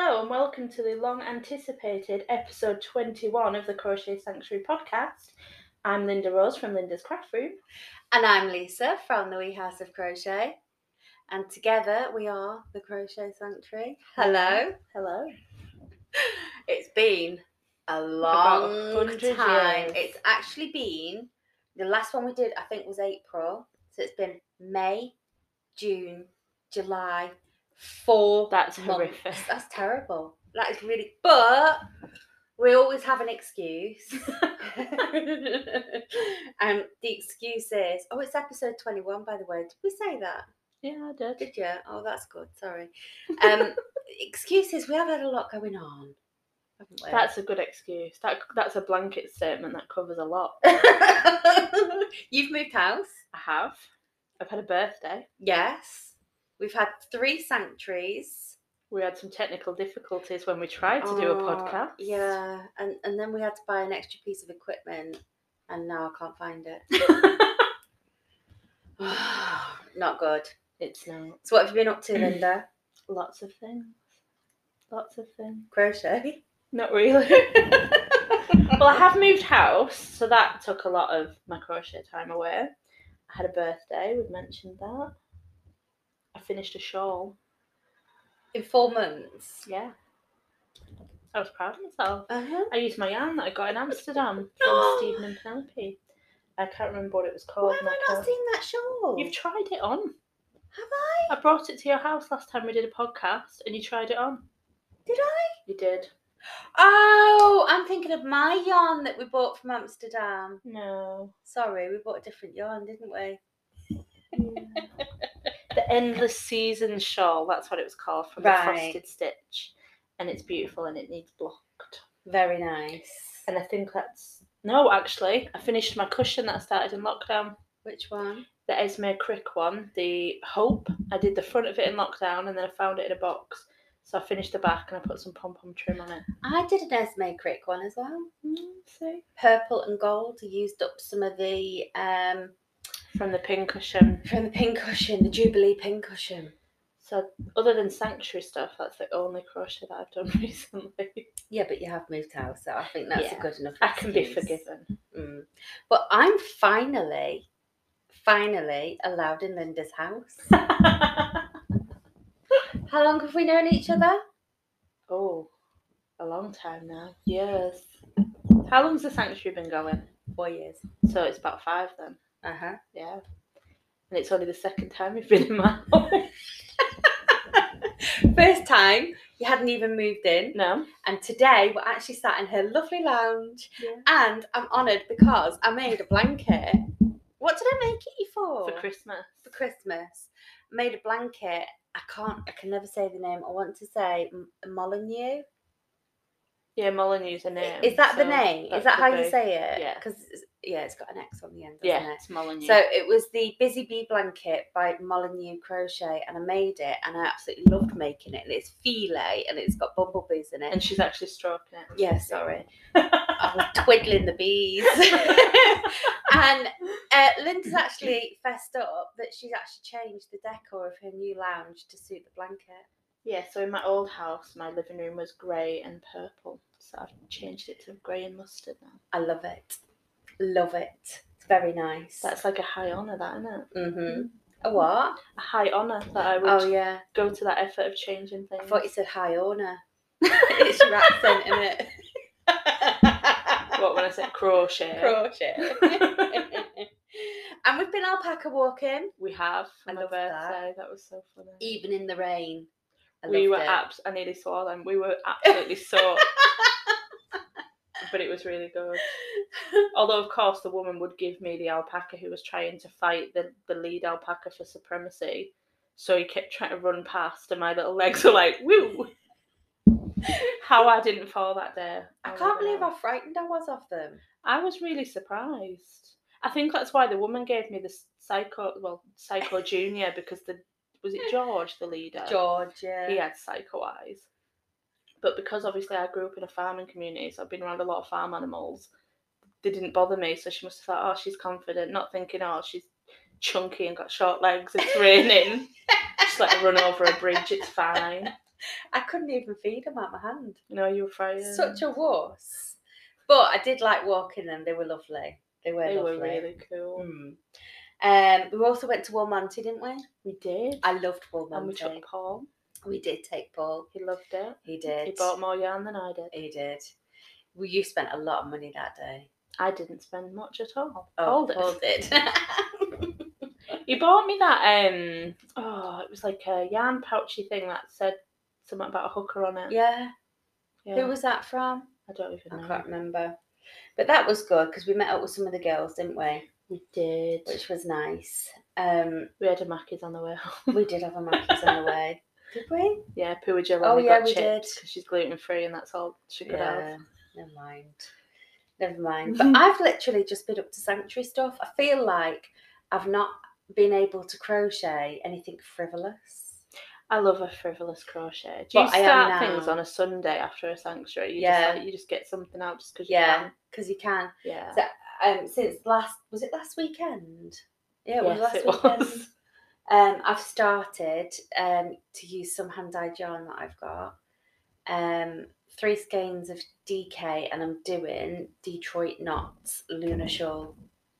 welcome to the long anticipated episode 21 of the Crochet Sanctuary podcast. I'm Linda Rose from Linda's Craft Room. And I'm Lisa from the Wee House of Crochet. And together we are the Crochet Sanctuary. Hello. Hello. It's been a About a long hundred time. years. It's actually been the last one we did, I think, was April. So it's been May, June, July, four That's months. horrific. That's terrible. That is really. But we always have an excuse. and the excuse is, oh, it's episode 21, by the way. Did we say that? Yeah, I did. Did you? Oh, that's good. Sorry. Um, excuses. We have had a lot going on, haven't we? That's a good excuse. That That's a blanket statement that covers a lot. You've moved house. I have. I've had a birthday. Yes. We've had three sanctuaries. We had some technical difficulties when we tried to do a Oh, podcast. Yeah, and and then we had to buy an extra piece of equipment, and now I can't find it. Not good. it's not. So what have you been up to, Linda? Lots of things. Lots of things. Crochet. Not really. well, I have moved house, so that took a lot of my crochet time away. I had a birthday, we've mentioned that. I finished a shawl. In four months. Yeah. I was proud of myself. Uh-huh. I used my yarn that I got in Amsterdam from No. Stephen and Penelope. I can't remember what it was called. Why have and I can't- not seen that shawl? Oh You've tried it on. have I? I brought it to your house last time we did a podcast and you tried it on. Did I? You did. Oh, I'm thinking of my yarn that we bought from Amsterdam. No. Sorry, we bought a different yarn, didn't we? the endless season shawl that's what it was called from Right. the frosted stitch and it's beautiful and it needs blocked Very nice. and i think that's no actually i finished my cushion that i started in lockdown Which one? the esme crick one the hope i did the front of it in lockdown and then i found it in a box so i finished the back and i put some pom pom trim on it I did an Esme Crick one as well. so Purple and gold. I used up some of the um from the pin cushion from the pincushion, the Jubilee pincushion. so other than sanctuary stuff that's the only crochet that i've done recently Yeah, but you have moved house, so I think that's Yeah. a good enough. i can be excuse. forgiven Mm. But I'm finally, finally allowed in Linda's house. How long have we known each other? Oh, a long time now. Yes. How long's the sanctuary been going? Four years. So it's about five then. Uh huh. Yeah. And it's only the second time you've been in my house. First time, you hadn't even moved in. no. And today, we're actually sat in her lovely lounge. Yeah. And I'm honoured because I made a blanket. What did I make it for? For Christmas. For Christmas. Made a blanket. I can't, I can never say the name. I want to say M- Molyneux. Yeah, Molyneux's a name. Is that the so name? Is that could how you be- say it? yeah. Because, yeah, it's got an X on the end, doesn't Yeah, it? it's Molyneux. So it was the Busy Bee blanket by Molyneux Crochet, and I made it, and I absolutely loved making it. And it's filet, and it's got bumblebees in it. and she's actually stroking it. Yeah, sorry. I was twiddling the bees. and uh, Linda's actually fessed up that she's actually changed the decor of her new lounge to suit the blanket. Yeah, so in my old house, my living room was grey and purple. So I've changed it to grey and mustard now. I love it. Love it. It's very nice. That's Mm. like a high honour, that, isn't it? hmm A what? A high honour that I would Oh, yeah. go to that effort of changing things. I thought you said high honour. it's your accent, isn't it? what when I said crochet? Crochet. and we've been alpaca walking. we have I for my love birthday. that. That. was so funny. Even in the rain. I we were loved it. abs. I nearly swore them. We were absolutely soaked, but it was really good. Although, of course, the woman would give me the alpaca who was trying to fight the, the lead alpaca for supremacy. So he kept trying to run past, and my little legs were like, woo! How I didn't fall that day. I I'll can't never believe know. how frightened I was of them. I was really surprised. I think that's why the woman gave me the s- psycho, well, psycho junior because the was it George the leader? Georgia. He had psycho eyes. But because obviously I grew up in a farming community, so I've been around a lot of farm animals. They didn't bother me, so she must have thought, oh, she's confident, not thinking, oh, she's chunky and got short legs. It's raining. Just let her run over a bridge. It's fine. I couldn't even feed them out my hand. You know, you were frightened. Such a wuss. But I did like walking them. They were lovely. They were They lovely. were really cool. Mm. Um, we also went to Walmonty, didn't we? We did. I loved and we Walmonty. took Paul. We did take Paul. He loved it. He did. He bought more yarn than I did. He did. Well, you spent a lot of money that day. I didn't spend much at all. Oh, Hold it. Paul did. You bought me that um oh it was like a yarn pouchy thing that said something about a hooker on it. yeah. Yeah, Who was that from? I don't even I know. can't remember. But that was good because we met up with some of the girls, didn't we? We did. Which was nice. Um, We had a Mackey's on the way home. we did have a Mackey's on the way, did we? Yeah, Pooh Jill Oh, only yeah, got we chips did. because she's gluten free and that's all she could Yeah. have. Never mind. Never mind. But I've literally just been up to sanctuary stuff. I feel like I've not been able to crochet anything frivolous. I love a frivolous crochet. Do you But I am start things now. on a Sunday after a sanctuary? You Yeah. just like, you just get something out just because Yeah. you can. Because you can. Yeah. So, Um, since last was it last weekend? Yeah, it was Yes, last it weekend. was. Um, I've started um, to use some hand dyed yarn that I've got. Um, three skeins of DK, and I'm doing Detroit knots, Luna shawl,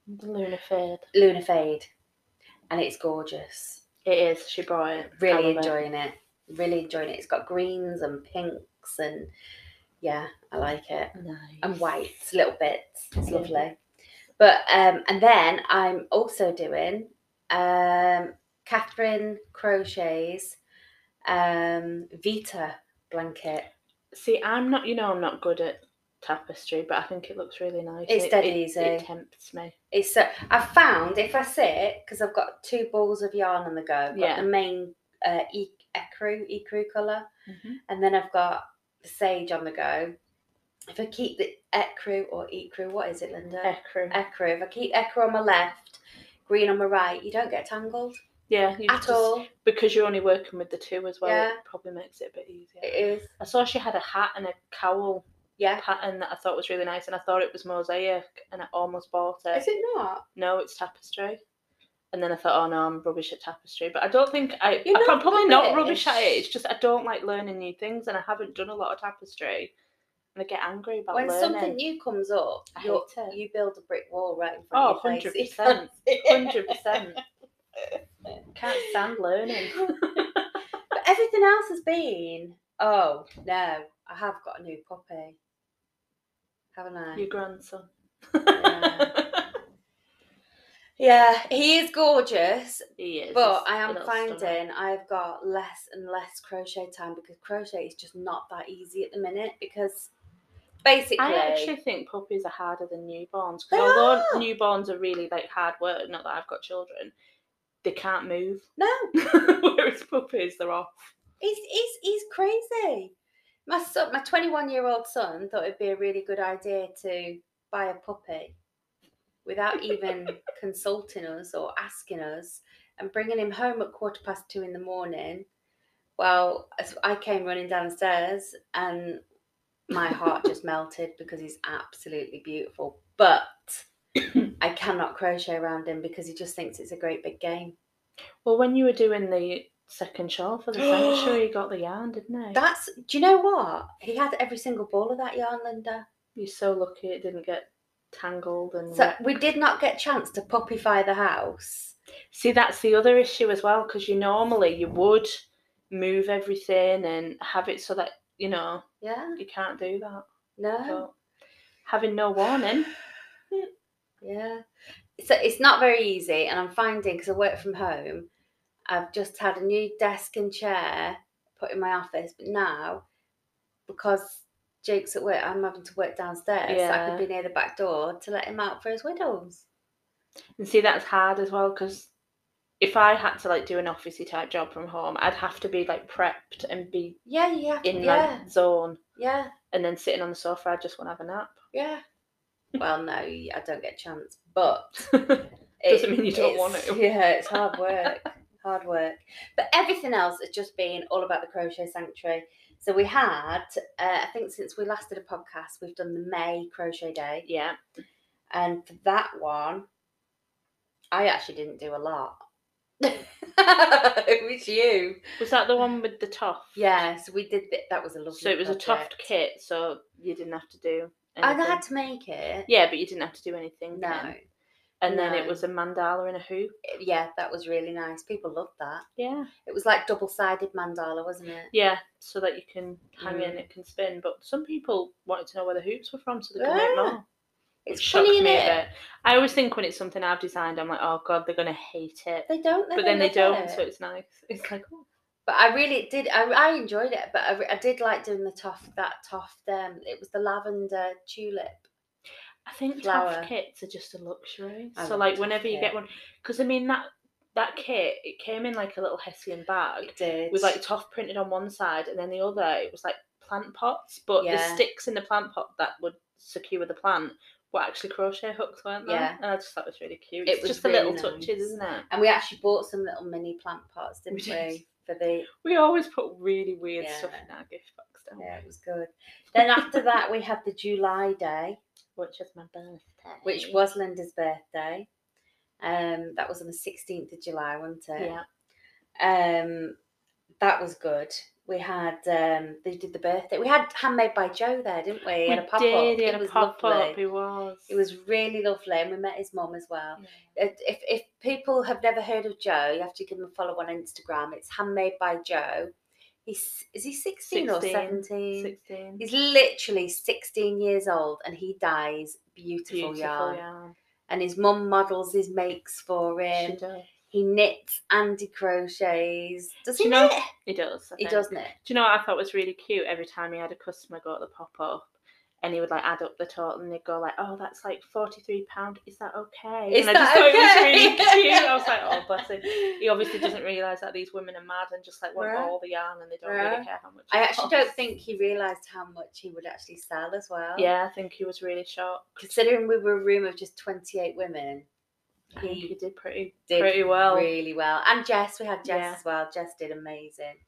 The Luna Fade. Luna fade, and it's gorgeous. It is. She brought it. I Really love it. enjoying it. Really enjoying it. It's got greens and pinks, and yeah, I like it. Nice. and whites, little bits. It's Yeah. lovely. But um, and then I'm also doing um, Catherine Crochet's um, Vita blanket. See, I'm not. You know, I'm not good at tapestry, but I think it looks really nice. It's It- dead it, easy. It tempts me. It's so I found if I sit because I've got two balls of yarn on the go. I've got Yeah. the main uh, e- ecru ecru color, and then I've got the sage on the go. If I keep the ecru or ecru, what is it, uh, Linda? Ecru. Ekra. If I keep Ekra on my left, green on my right, you don't get tangled yeah, you at just- all. because you're only working with the two as well. Yeah. It probably makes it a bit easier. It is. I saw she had a hat and a cowl Yeah. pattern that I thought was really nice, and I thought it was mosaic, and I almost bought it. Is it not? No, it's tapestry. And then I thought, oh no, I'm rubbish at tapestry. But I don't think I. You're I'm not probably not rubbish rubbish. at it. It's just I don't like learning new things, and I haven't done a lot of tapestry, and I get angry about when learning. something new comes up, I you hate it. you build a brick wall right in front Oh, of your 100%. face. You can't see it. Hundred percent. Can't stand learning. But everything else has been. Oh no, I have got a new puppy, haven't I? Your grandson. Yeah. Yeah, he is gorgeous, he is. But he's I a am little finding stunner. I've got less and less crochet time because crochet is just not that easy at the minute because basically I actually think puppies are harder than newborns. They Because although are. newborns are really like hard work, not that I've got children, they can't move. no, Whereas puppies, they're off. he's he's he's crazy. My son, my 21 year old son thought it'd be a really good idea to buy a puppy without even consulting us or asking us and bringing him home at quarter past two in the morning. Well, as I came running downstairs and my heart just melted because he's absolutely beautiful. But I cannot crochet around him because he just thinks it's a great big game. Well, when you were doing the second shawl for the sanctuary, you got the yarn, didn't I? That's do you know what? He had every single ball of that yarn, Linda. You're so lucky it didn't get tangled and So wet. we did not get chance to puppify the house. See, that's the other issue as well, because you normally you would move everything and have it so that you know Yeah. you can't do that. No. But having no warning, Yeah. So it's not very easy, and I'm finding because I work from home, I've just had a new desk and chair put in my office, but now because Jake's at work, I'm having to work downstairs. So I Yeah. could be near the back door to let him out for his widows. and see that's hard as well, because if I had to like do an officey type job from home, I'd have to be like prepped and be Yeah, you have to. in yeah, like zone, yeah, and then sitting on the sofa, I just want to have a nap. yeah. well, no, I don't get a chance, but Doesn't mean you don't it's- want to. Yeah, it's hard work. hard work. But everything else has just been all about the crochet sanctuary. So we had, uh, I think since we last did a podcast, we've done the May crochet day. yeah, And for that one, I actually didn't do a lot. it was you. Was that the one with the toff? Yes, we did. Th- that was a lovely. So it was a project. tufted kit, so you didn't have to do. I Anything. had to make it. Yeah, but you didn't have to do anything. No. then. And then it no. was a mandala and a hoop. Yeah, that was really nice. People loved that. Yeah. It was like double-sided mandala, wasn't it? Yeah, so that you can hang in, Mm. it can spin. But some people wanted to know where the hoops were from, so they could make Yeah. more. It's which funny, shocked isn't me it? a bit. I always think when it's something I've designed, I'm like, oh god, they're gonna hate it. They don't. But then they love don't, it. so it's nice. It's like, oh, But I really did. I, I enjoyed it, but I, re- I did like doing the toff that toff. Um, it was the lavender tulip. I think Flower. tough kits are just a luxury. I so love like Taff whenever you kit. get one, because I mean that that kit, it came in like a little hessian bag did with like toff printed on one side, and then the other it was like plant pots, but Yeah. the sticks in the plant pot that would secure the plant were actually crochet hooks, weren't they? Yeah. And I just thought it was really cute. It It's was just the little really nice. touches, isn't it? and we actually bought some little mini plant pots, didn't We we? did. For the We always put really weird stuff Yeah. in our gift box, don't we? yeah, it was good. Then after that, we had the July day, Which is my birthday. which was Linda's birthday. Um, that was on the sixteenth of July, wasn't it? yeah. um that was good we had um they did the birthday we had handmade by joe there didn't we We He had a pop did. up He had a it was pop up. lovely He was. it was really lovely and we met his mum as well Yeah. If- if, if people have never heard of joe you have to give him a follow on instagram it's handmade by joe he's is he 16, or 16, 17 Sixteen. he's literally 16 years old and he dyes beautiful, Beautiful yarn yarn. and his mum models his makes for She him does. he knits and he crochets does Do he you know- knit? He does. I He think. does knit. Do you know what I thought was really cute? Every time he had a customer go at the pop up. And he would like add up the total, and they'd go like, "Oh, that's like forty-three pound. Is that okay?" Is and I that just thought it okay? was really cute. I was like, "Oh, bless him." He obviously doesn't realise that these women are mad and just like want Right. all the yarn, and they don't Right. really care how much. I it actually don't costs. think he realised how much he would actually sell as well. Yeah, I think he was really shocked. Considering we were a room of just 28 women, I think he he did pretty did pretty well. really well. And Jess, we had Jess Yeah. as well. Jess did amazing.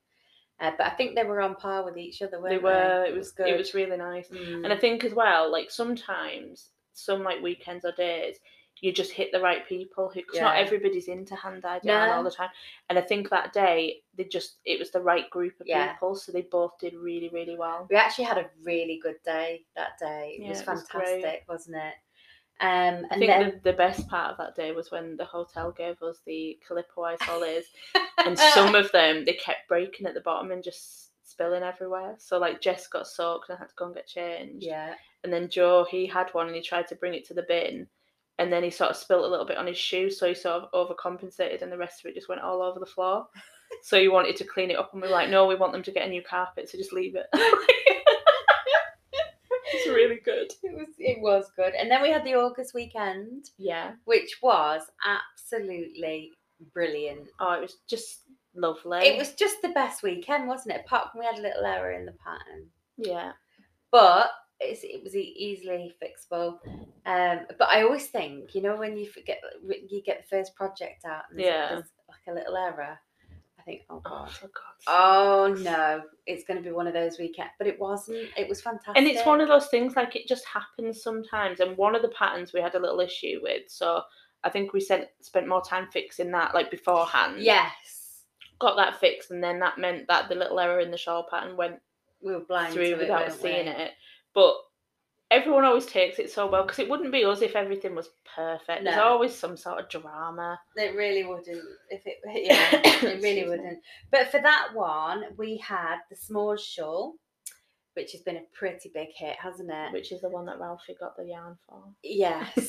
Uh, but I think they were on par with each other, weren't They they? were. It was It was really nice. Mm. And I think as well, like sometimes some like weekends or days, you just hit the right people who, cause not Yeah. everybody's into hand dyed yarn No. all the time. And I think that day they just it was the right group of Yeah. people, so they both did really really well. we actually had a really good day that day. It Yeah, was it was great. fantastic, was not it? I Um, and think then the, the best part of that day was when the hotel gave us the Calippo isoles, and some of them they kept breaking at the bottom and just spilling everywhere. So like Jess got soaked and had to go and get changed. yeah, and then Joe he had one and he tried to bring it to the bin and then he sort of spilt a little bit on his shoe so he sort of overcompensated and the rest of it just went all over the floor so he wanted to clean it up and we were like no we want them to get a new carpet so just leave it it's really good it was it was good. And then we had the August weekend. yeah which was absolutely brilliant. oh it was just lovely It was just the best weekend, wasn't it? Apart from we had a little error in the pattern, yeah but it's, it was e- easily fixable. Um, but I always think, you know, when you forget, you get the first project out, and there's, Yeah. there's like a little error. I think, oh oh god. for God's Oh no, it's going to be one of those weekends, but it wasn't. It was fantastic. and it's one of those things like it just happens sometimes and one of the patterns we had a little issue with so i think we sent, spent more time fixing that like beforehand yes, got that fixed, and then that meant that the little error in the shawl pattern went we were blind to through it, without weren't us we? seeing it. But everyone always takes it so well because it wouldn't be us if everything was perfect. There's No. always some sort of drama. It really wouldn't. If it, yeah, it Excuse me. really wouldn't. But for that one, we had the s'mores shawl, which has been a pretty big hit, hasn't it? Which is the one that Ralphie got the yarn for. yes.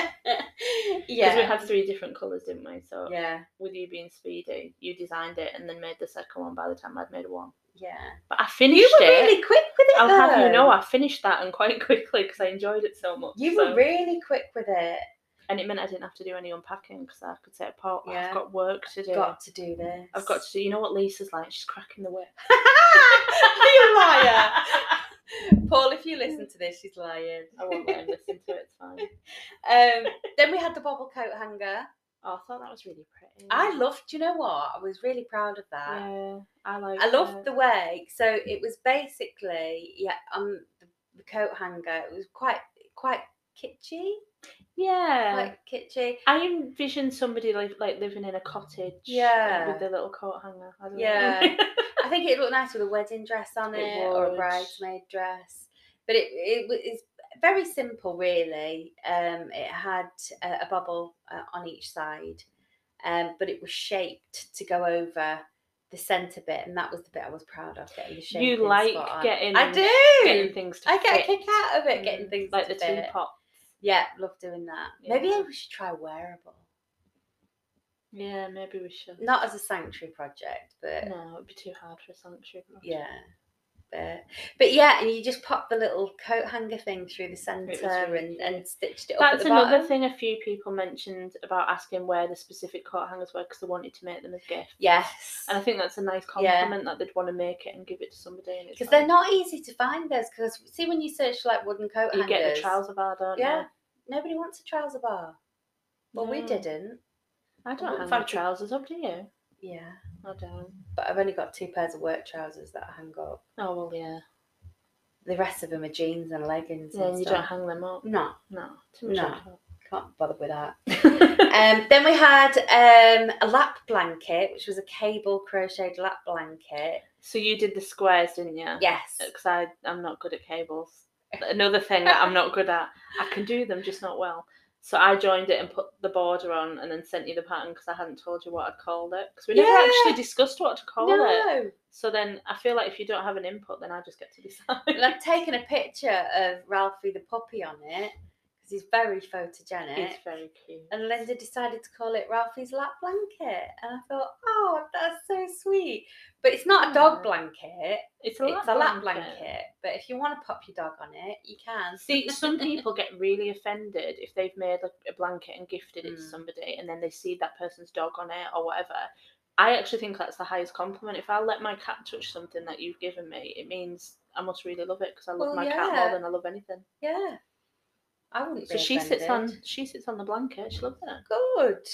Because we yeah. had three different colours, didn't we? So Yeah. with you being speedy, you designed it and then made the second one by the time I'd made one. Yeah. But I You finished were it. really quick with it. I'll have you though. know I finished that and quite quickly because I enjoyed it so much. You so. were really quick with it. and it meant I didn't have to do any unpacking because I could set apart. "Oh, Yeah. I've got work to do. Got to do this. I've got to do. You know what Lisa's like? She's cracking the whip. you liar. Paul, if you listen to this, she's lying. I won't let him listen to it. It's fine. Um, then we had the bobble coat hanger. Oh, I thought that was really pretty. I loved, do you know what? I was really proud of that. Yeah, I like. I loved it. the way. So it was basically yeah, um, the, the coat hanger. It was quite quite kitschy, Yeah. like kitschy. I envision somebody like like living in a cottage. Yeah. With their little coat hanger. I don't Yeah. know. I think it'd look nice with a wedding dress on it, It or a would. bridesmaid dress. But it, it w- it's very simple, really. Um, it had a, a bubble uh, on each side, um, but it was shaped to go over the centre bit, and that was the bit I was proud of getting the shape. you like getting I do. getting things to I get a fit. kick out of it, getting Mm, things like to the fit. teapot. Yeah, love doing that. Maybe Yeah. we should try wearable. Yeah, maybe we should. Not as a sanctuary project, but No, it'd be too hard for a sanctuary. project. yeah. But, but yeah, and you just pop the little coat hanger thing through the centre really and, cute. and stitched it up. That's at the another bottom. thing a few people mentioned about asking where the specific coat hangers were because they wanted to make them as gifts. Yes. And I think that's a nice Yeah. compliment that they'd want to make it and give it to somebody. and it's Because like, they're not easy to find those. Because see, when you search like wooden coat You hangers, get the trouser bar, don't Yeah. you? Nobody wants a trouser bar. Well, we No. didn't. I don't wouldn't hang my fancy- trousers up, do you? Yeah. I don't. But I've only got two pairs of work trousers that I hang up. Oh well, yeah. The rest of them are jeans and leggings. Yeah, and you don't stuff. hang them up. No, No, too much. No. alcohol. can't bother with that. um, then we had um, a lap blanket, which was a cable crocheted lap blanket. so you did the squares, didn't you? Yes. Because I I'm not good at cables. Another thing that I'm not good at. I can do them, just not well. So I joined it and put the border on, and then sent you the pattern because I hadn't told you what I'd called it because we never Yeah. actually discussed what to call it. No. So then I feel like if you don't have an input, then I just get to decide. And I've taken a picture of Ralphie the puppy on it because he's very photogenic. it's very cute. and Linda decided to call it Ralphie's lap blanket. And I thought, oh, that's so sweet. But it's not a dog Yeah. blanket, Hmm. It's a lap it's a lap blanket. blanket. But if you want to pop your dog on it, you can. See, some people get really offended if they've made like a blanket and gifted it to Mm. somebody, and then they see that person's dog on it or whatever. I actually think that's the highest compliment. If I let my cat touch something that you've given me, it means I must really love it because I love Well, my cat more yeah. than I love anything. Yeah. I wouldn't So be she sits offended. on she sits on the blanket. She loves it. good.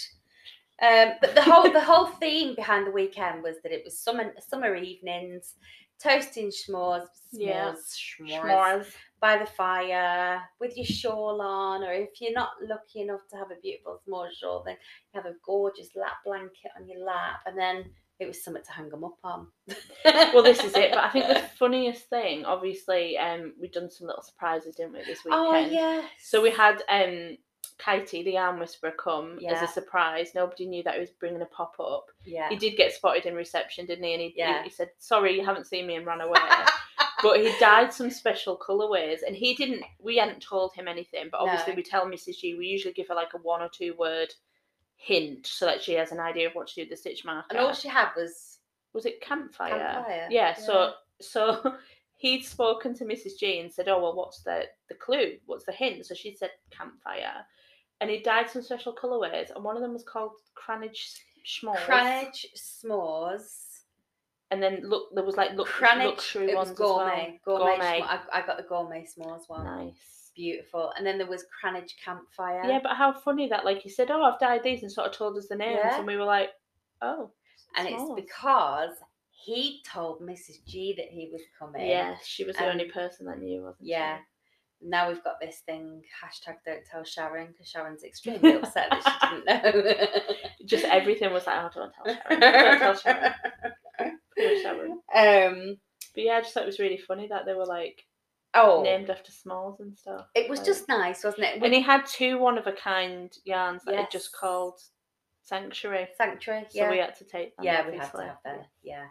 Um, but the whole the whole theme behind the weekend was that it was summer summer evenings, toasting s'mores, s'mores, Yeah. s'mores, by the fire with your shawl on, or if you're not lucky enough to have a beautiful s'more shawl, then you have a gorgeous lap blanket on your lap, and then it was something to hang them up on. Well, this is it. But I think the funniest thing, obviously, um, we've done some little surprises, didn't we, this weekend? oh yes. So we had um Katie, the arm whisperer, come Yeah. as a surprise. Nobody knew that he was bringing a pop up. yeah. He did get spotted in reception, didn't he? And he, he- Yeah. he said, "Sorry, you haven't seen me," and ran away. but he dyed some special colorways, and he didn't. We hadn't told him anything, but obviously No. we tell Mrs. G. We usually give her like a one or two word hint so that she has an idea of what to do with the stitch marker. And all she had was was it campfire? campfire. yeah, so so he'd spoken to Mrs. G and said, Oh well what's the the clue? What's the hint? So she said campfire. And he dyed some special colourways and one of them was called Cranage Schmalls. Cranage s'mores. And then look there was like look Cranage, luxury it ones was gourmet, as well. gourmet. s'more. I, I got the gourmet s'mores one. Nice. Beautiful. And then there was Cranage campfire. Yeah, but how funny that like he said, Oh, I've dyed these and sort of told us the names Yeah. and we were like, Oh and s'mores." it's because he told Mrs. G that he was coming. Yeah, she was the um, only person that knew, wasn't she? Yeah. Now we've got this thing hashtag don't tell Sharon because Sharon's extremely upset that she Just everything was like, Oh, don't tell Sharon. didn't Don't tell Sharon. know. Poor Sharon. um. But yeah, I just thought it was really funny that they were like Oh, named after smalls and stuff. it was like- just nice, wasn't it? and he had two one of a kind yarns that he just Yes. called Sanctuary. Sanctuary. So Yeah. we had to take them. yeah, we have to obviously. have that. Yeah.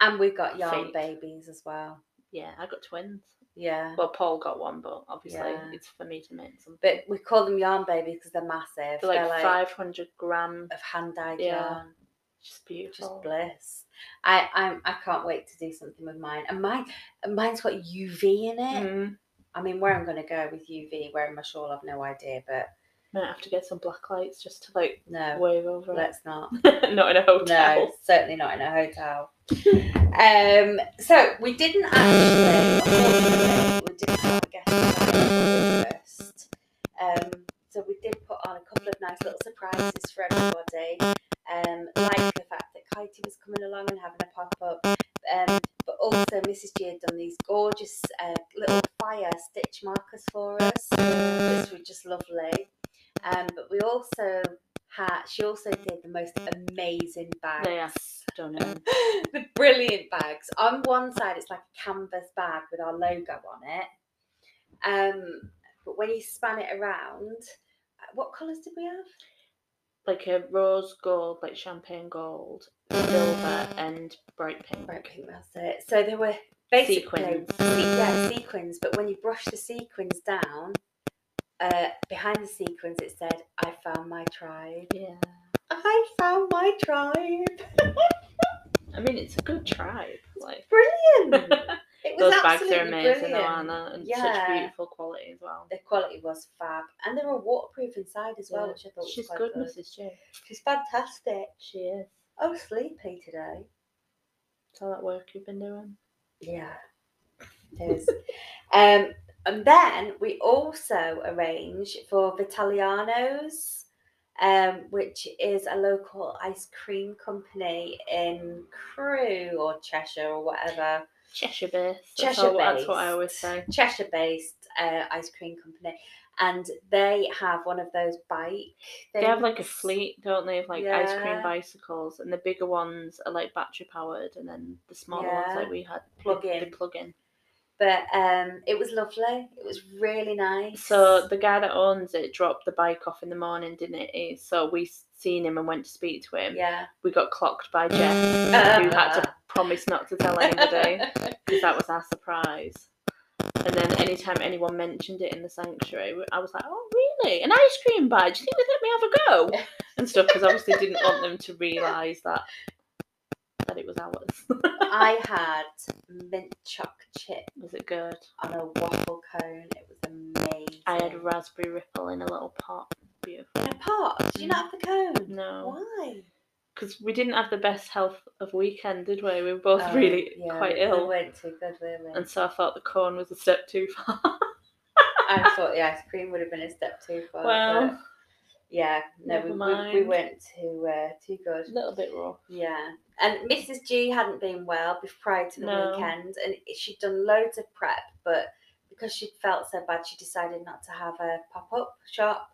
And we've got yarn Fake. babies as well. Yeah, I got twins. Yeah. Well, Paul got one, but obviously Yeah. it's for me to make some. But we call them yarn babies because they're massive. They're like, 500 gram, of hand dyed Yeah. Oh. yarn. just Oh, just beautiful. bliss. I I'm, I can't wait to do something with mine. And mine mine's got UV in it. Mm, I mean, where I'm going to go with UV wearing my shawl, I've no idea. But might have to get some black lights just to like no, wave over it. let's not. Not in a hotel. No, certainly not in a hotel. um, so we didn't actually, unfortunately, we didn't have a guest arrive first. Um, so we did put on a couple of nice little surprises for everybody. Um, like the fact that Katie was coming along and having a pop up. Um, but also Mrs. G had done these gorgeous uh, little fire stitch markers for us, which we just Um, did the most amazing bags. They are stunning. the brilliant bags. On one side, it's like a canvas bag with our logo on it. Um, but when you span it around, uh, what colours did we have? Like a rose gold, like champagne gold, silver, and bright pink. Bright pink, that's it. So there were basically Sequins. se- yeah, sequins. But when you brush the sequins down, uh, behind the sequins, it said, "I found my tribe." Yeah. I found my tribe. I mean, it's a good tribe. Like Brilliant. It was those bags absolutely are amazing, though, brilliant. aren't they? And Yeah. such beautiful quality as well. The quality was fab, and they were waterproof inside as well, Yeah. which I thought She's was quite good, Mrs. J. She's fantastic. She is. I was sleepy today. It's all that work you've been doing. Yeah, it is. um, and then we also arrange for Vitaliano's, um, which is a local ice cream company in Crewe or Cheshire or whatever. Cheshire based. That's, Cheshire all- that's what I based. always say. Cheshire based uh, ice cream company. And they have one of those bike. They have like a things. fleet, don't they? Of like ice cream Yeah. bicycles, and the bigger ones are like battery powered, and then the smaller ones Yeah. like we had Plug they- in. They plug in. But um, it was lovely. It was really nice. So the guy that owns it dropped the bike off in the morning, didn't he? So we s- seen him and went to speak to him. yeah, We got clocked by Jeff, who had to promise not to tell anybody. because that was our surprise. And then anytime anyone mentioned it in the sanctuary, I was like, "Oh, really? An ice cream bar? Do you think they'd let me have a go?" And stuff because obviously didn't want them to realise that that it was ours. I had mint choc chip was it good? on a waffle cone. It was amazing. I had raspberry ripple in a little pot. Beautiful. in a pot. Did you not have the cone? No, Why? because we didn't have the best health of weekend, did we? We were both Oh, really yeah, quite we ill, weren't too good, were we? and so I thought the corn was a step too far. I thought the ice cream would have been a step too far. well, but yeah, no, never we, we, we mind. weren't too uh, too good. a little bit raw. Yeah. And Mrs. G hadn't been well bef- prior to the No. weekend, and she'd done loads of prep, but because she felt so bad, she decided not to have a pop up shop.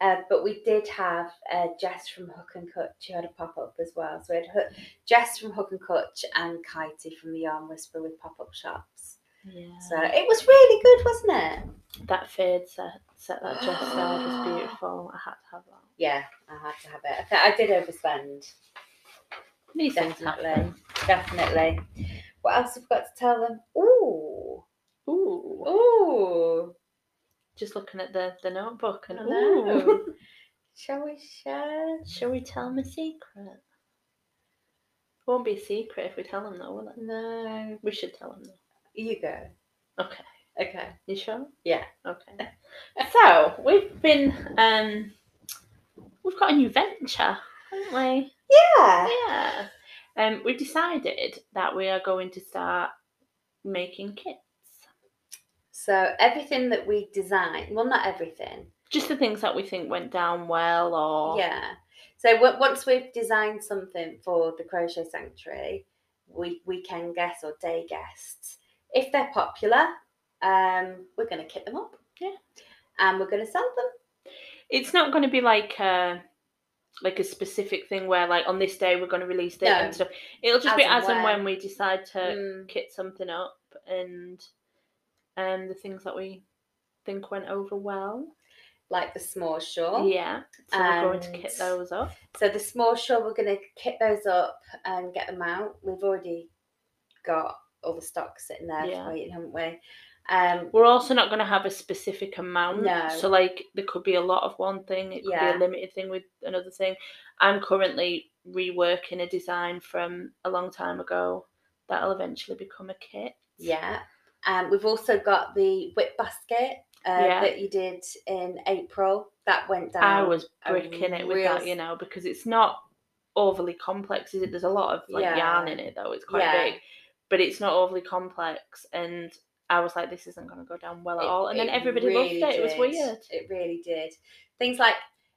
Uh, but we did have uh, Jess from Hook and Cutch who had a pop up as well. So we had Hook, Jess from Hook and Cutch and Kitey from the Yarn Whisper with pop up shops. Yeah. So it was really good, wasn't it? That fade set, set that Jess had was beautiful. I had to have that. Yeah, I had to have it. I, th- I did overspend, These things Definitely. happen. definitely. What else have we got to tell them? Ooh. Ooh. Ooh, Just looking at the, the notebook and hello. ooh. Shall we share? Shall we tell them a secret? It won't be a secret if we tell them though, will it? No. We should tell them though. Uh, You go. Okay. Okay. You sure? Yeah. Okay. So we've been um we've got a new venture, haven't we? Yeah. Yeah. Um we've decided that we are going to start making kits. So everything that we design, well, not everything. just the things that we think went down well or Yeah. So w- once we've designed something for the crochet sanctuary, we weekend guests or day guests, if they're popular, um, we're going to kit them up. Yeah. And we're going to sell them. it's not going to be like a like a specific thing where like on this day we're going to release this No. and stuff it'll just As be and as and when. when we decide to Mm. kit something up and um the things that we think went over well Like the s'more shawl. yeah so we're going to And- kit those up So the small show, we're going to kit those up and get them out. We've already got all the stock sitting there Yeah. waiting, haven't we? Um, we're also not going to have a specific amount No. so like there could be a lot of one thing it could Yeah. be a limited thing with another thing i'm currently reworking a design from a long time ago that'll eventually become a kit yeah. Um, we've also got the whip basket uh, Yeah. that you did in April. That went down. i was a bricking it with real that you know because it's not overly complex is it there's a lot of like Yeah. yarn in it though it's quite Yeah. big but it's not overly complex and i was like this isn't going to go down well at It- all and then it everybody really loved it it was did. weird It really did. Things like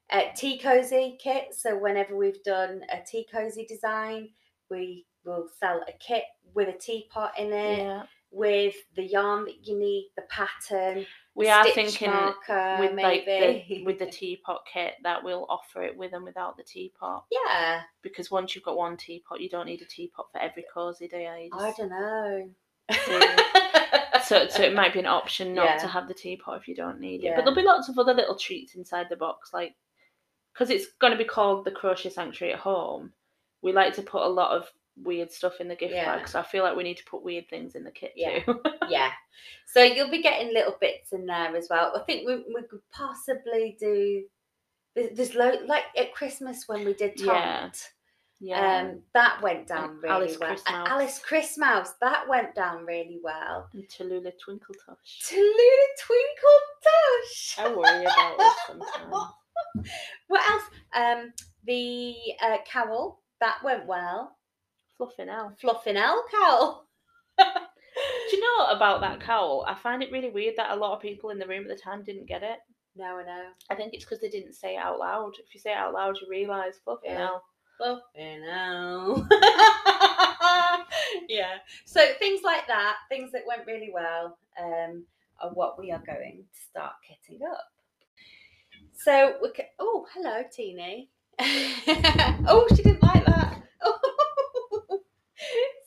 uh, tea cozy kit. So whenever we've done a tea cozy design, we will sell a kit with a teapot in it. yeah with the yarn that you need, the pattern, We are stitch thinking marker, with like the, maybe. with the teapot kit that we'll offer it with and without the teapot yeah, because once you've got one teapot, you don't need a teapot for every cosy, do you? You I just- don't know. so, so it might be an option not Yeah. to have the teapot if you don't need it. Yeah. But there'll be lots of other little treats inside the box, like because it's going to be called the Crochet Sanctuary at Home. We like to put a lot of weird stuff in the gift Yeah. bag, so I feel like we need to put weird things in the kit Yeah. too. yeah. So you'll be getting little bits in there as well. I think we, we could possibly do. there- There's lo- like at Christmas when we did Taunt, Yeah. yeah, um, that went down really Alice well. And Christmas. Alice Christmas, that went down really well. and Tallulah Twinkletosh. Tallulah Twinkle Tosh. I worry about this sometimes. What else? Um, the uh, cowl that went well. Fluffing out. Fluffinell cowl. Do you know about that cowl? I find it really weird that a lot of people in the room at the time didn't get it. No, I know. I think it's because they didn't say it out loud. If you say it out loud, you realise, fucking Yeah. hell. Fluffinell. yeah. So things like that, things that went really well, um, are what we are going to start kitting up. So we ca- oh hello Teeny. oh, she didn't like that.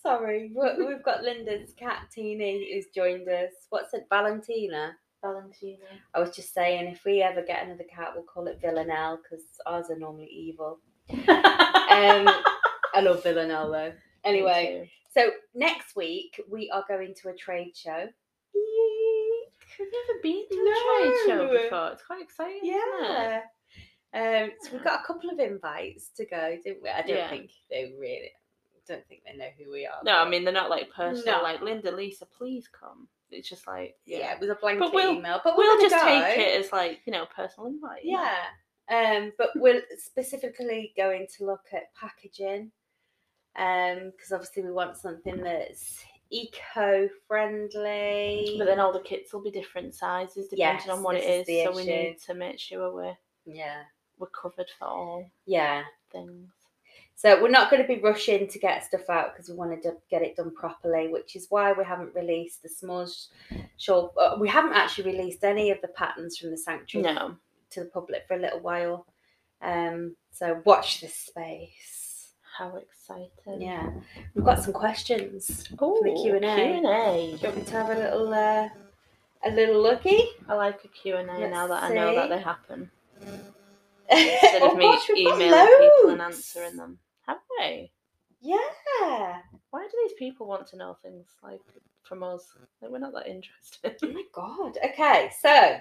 Sorry, we- we've got Linda's cat Teeny who's joined us. What's it, Valentina? Valentina. I was just saying, if we ever get another cat, we'll call it Villanelle because ours are normally evil. Um, I love Villanelle though. Anyway, so next week we are going to a trade show. We've never been to a trade No. show before. It's quite exciting. Isn't it? Yeah. Um, so we got a couple of invites to go, didn't we? I don't Yeah. think they really, don't think they know who we are. No, I but- mean, they're not like personal, No. like Linda, Lisa, please come. It's just like, yeah. yeah. it was a blanket But we'll- email. But we're We'll gonna just take go. it as like, you know, personal invite. you know? Yeah. Um, but we're specifically going to look at packaging because obviously we want something that's eco friendly. But then all the kits will be different sizes depending Yes, on what this it is is. the so we issue. need to make sure we're Yeah. we're covered for all Yeah. things. So we're not going to be rushing to get stuff out because we want to get it done properly, which is why we haven't released the s'mores shawl. uh, We haven't actually released any of the patterns from the sanctuary No. to the public for a little while. Um, so watch this space. How exciting. Yeah, we've got some questions. Oh, the Q&A. Q&A. Do you want me to have a little uh, a little looky? I like a Q&A now Let's that I know that see. Eh, oh they happen. Instead of me emailing people and answering them. Have they? Yeah. Oh Why do these people want to know things like from us? Like we're not that interested. Oh my god. Okay, so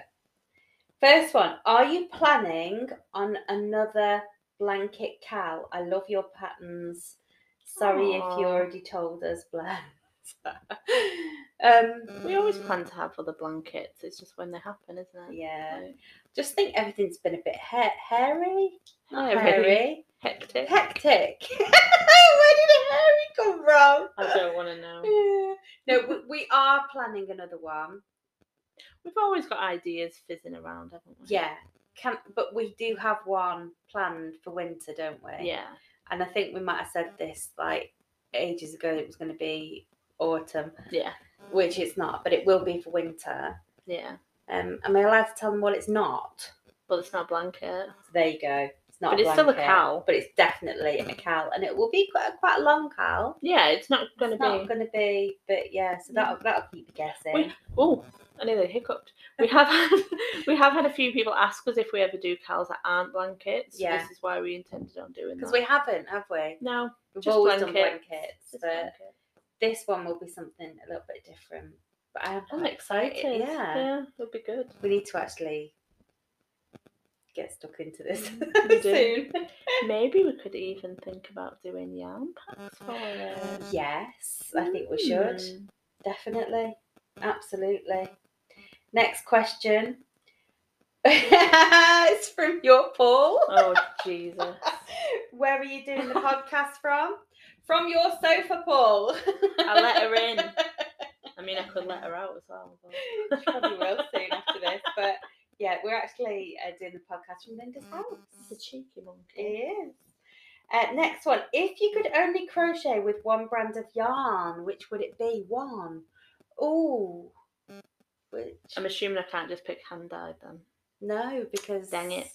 first one. Are you planning on another blanket cow? I love your patterns. Sorry if you Aw. already told us, Blair. um we always plan to have other blankets. It's just when they happen, isn't it? Yeah. Like, Just think everything's been a bit ha- hairy. Not Hairy. hairy. hectic. Hectic. Where did a hairy come from? I don't want to know. Yeah. No, we, we are planning another one. We've always got ideas fizzing around, haven't we? Yeah. Can, but we do have one planned for winter, don't we? Yeah. And I think we might have said this like ages ago it was going to be autumn, Yeah. which it's not, but it will be for winter. Yeah. Um, am I allowed to tell them what it's not? But it's not a blanket. So there you go. It's not But a it's still a blanket, cowl. But it's definitely a cowl, and it will be quite a, quite a long cowl. Yeah, it's not going to it's not be. going to be, but yeah, so that'll, that'll keep you guessing. We- Oh, I nearly hiccuped. We have had we have had a few people ask us if we ever do cows that aren't blankets. so Yeah. This is why we intended on doing Because that. we haven't, have we? no, We've just always blankets. done blankets, Just but blanket. this one will be something a little bit different. But I am I'm quite excited. Yeah. yeah, it'll be good. We need to actually get stuck into this Mm, We do. soon. Maybe we could even think about doing yarn packs for it. Yes, I think we should. Mm. Definitely. Absolutely. Next question. it's from your Paul. Oh Jesus! Where are you doing the podcast from? From your sofa, Paul. I let her in. I mean, I could let her out as well. but- She probably will soon after this. But yeah, we're actually uh, doing the podcast from Linda's It's a house. cheeky monkey. It is. Uh, next one. If you could only crochet with one brand of yarn, which would it be? One. Ooh. Which I'm assuming I can't just pick hand dyed then. no, because Dang it.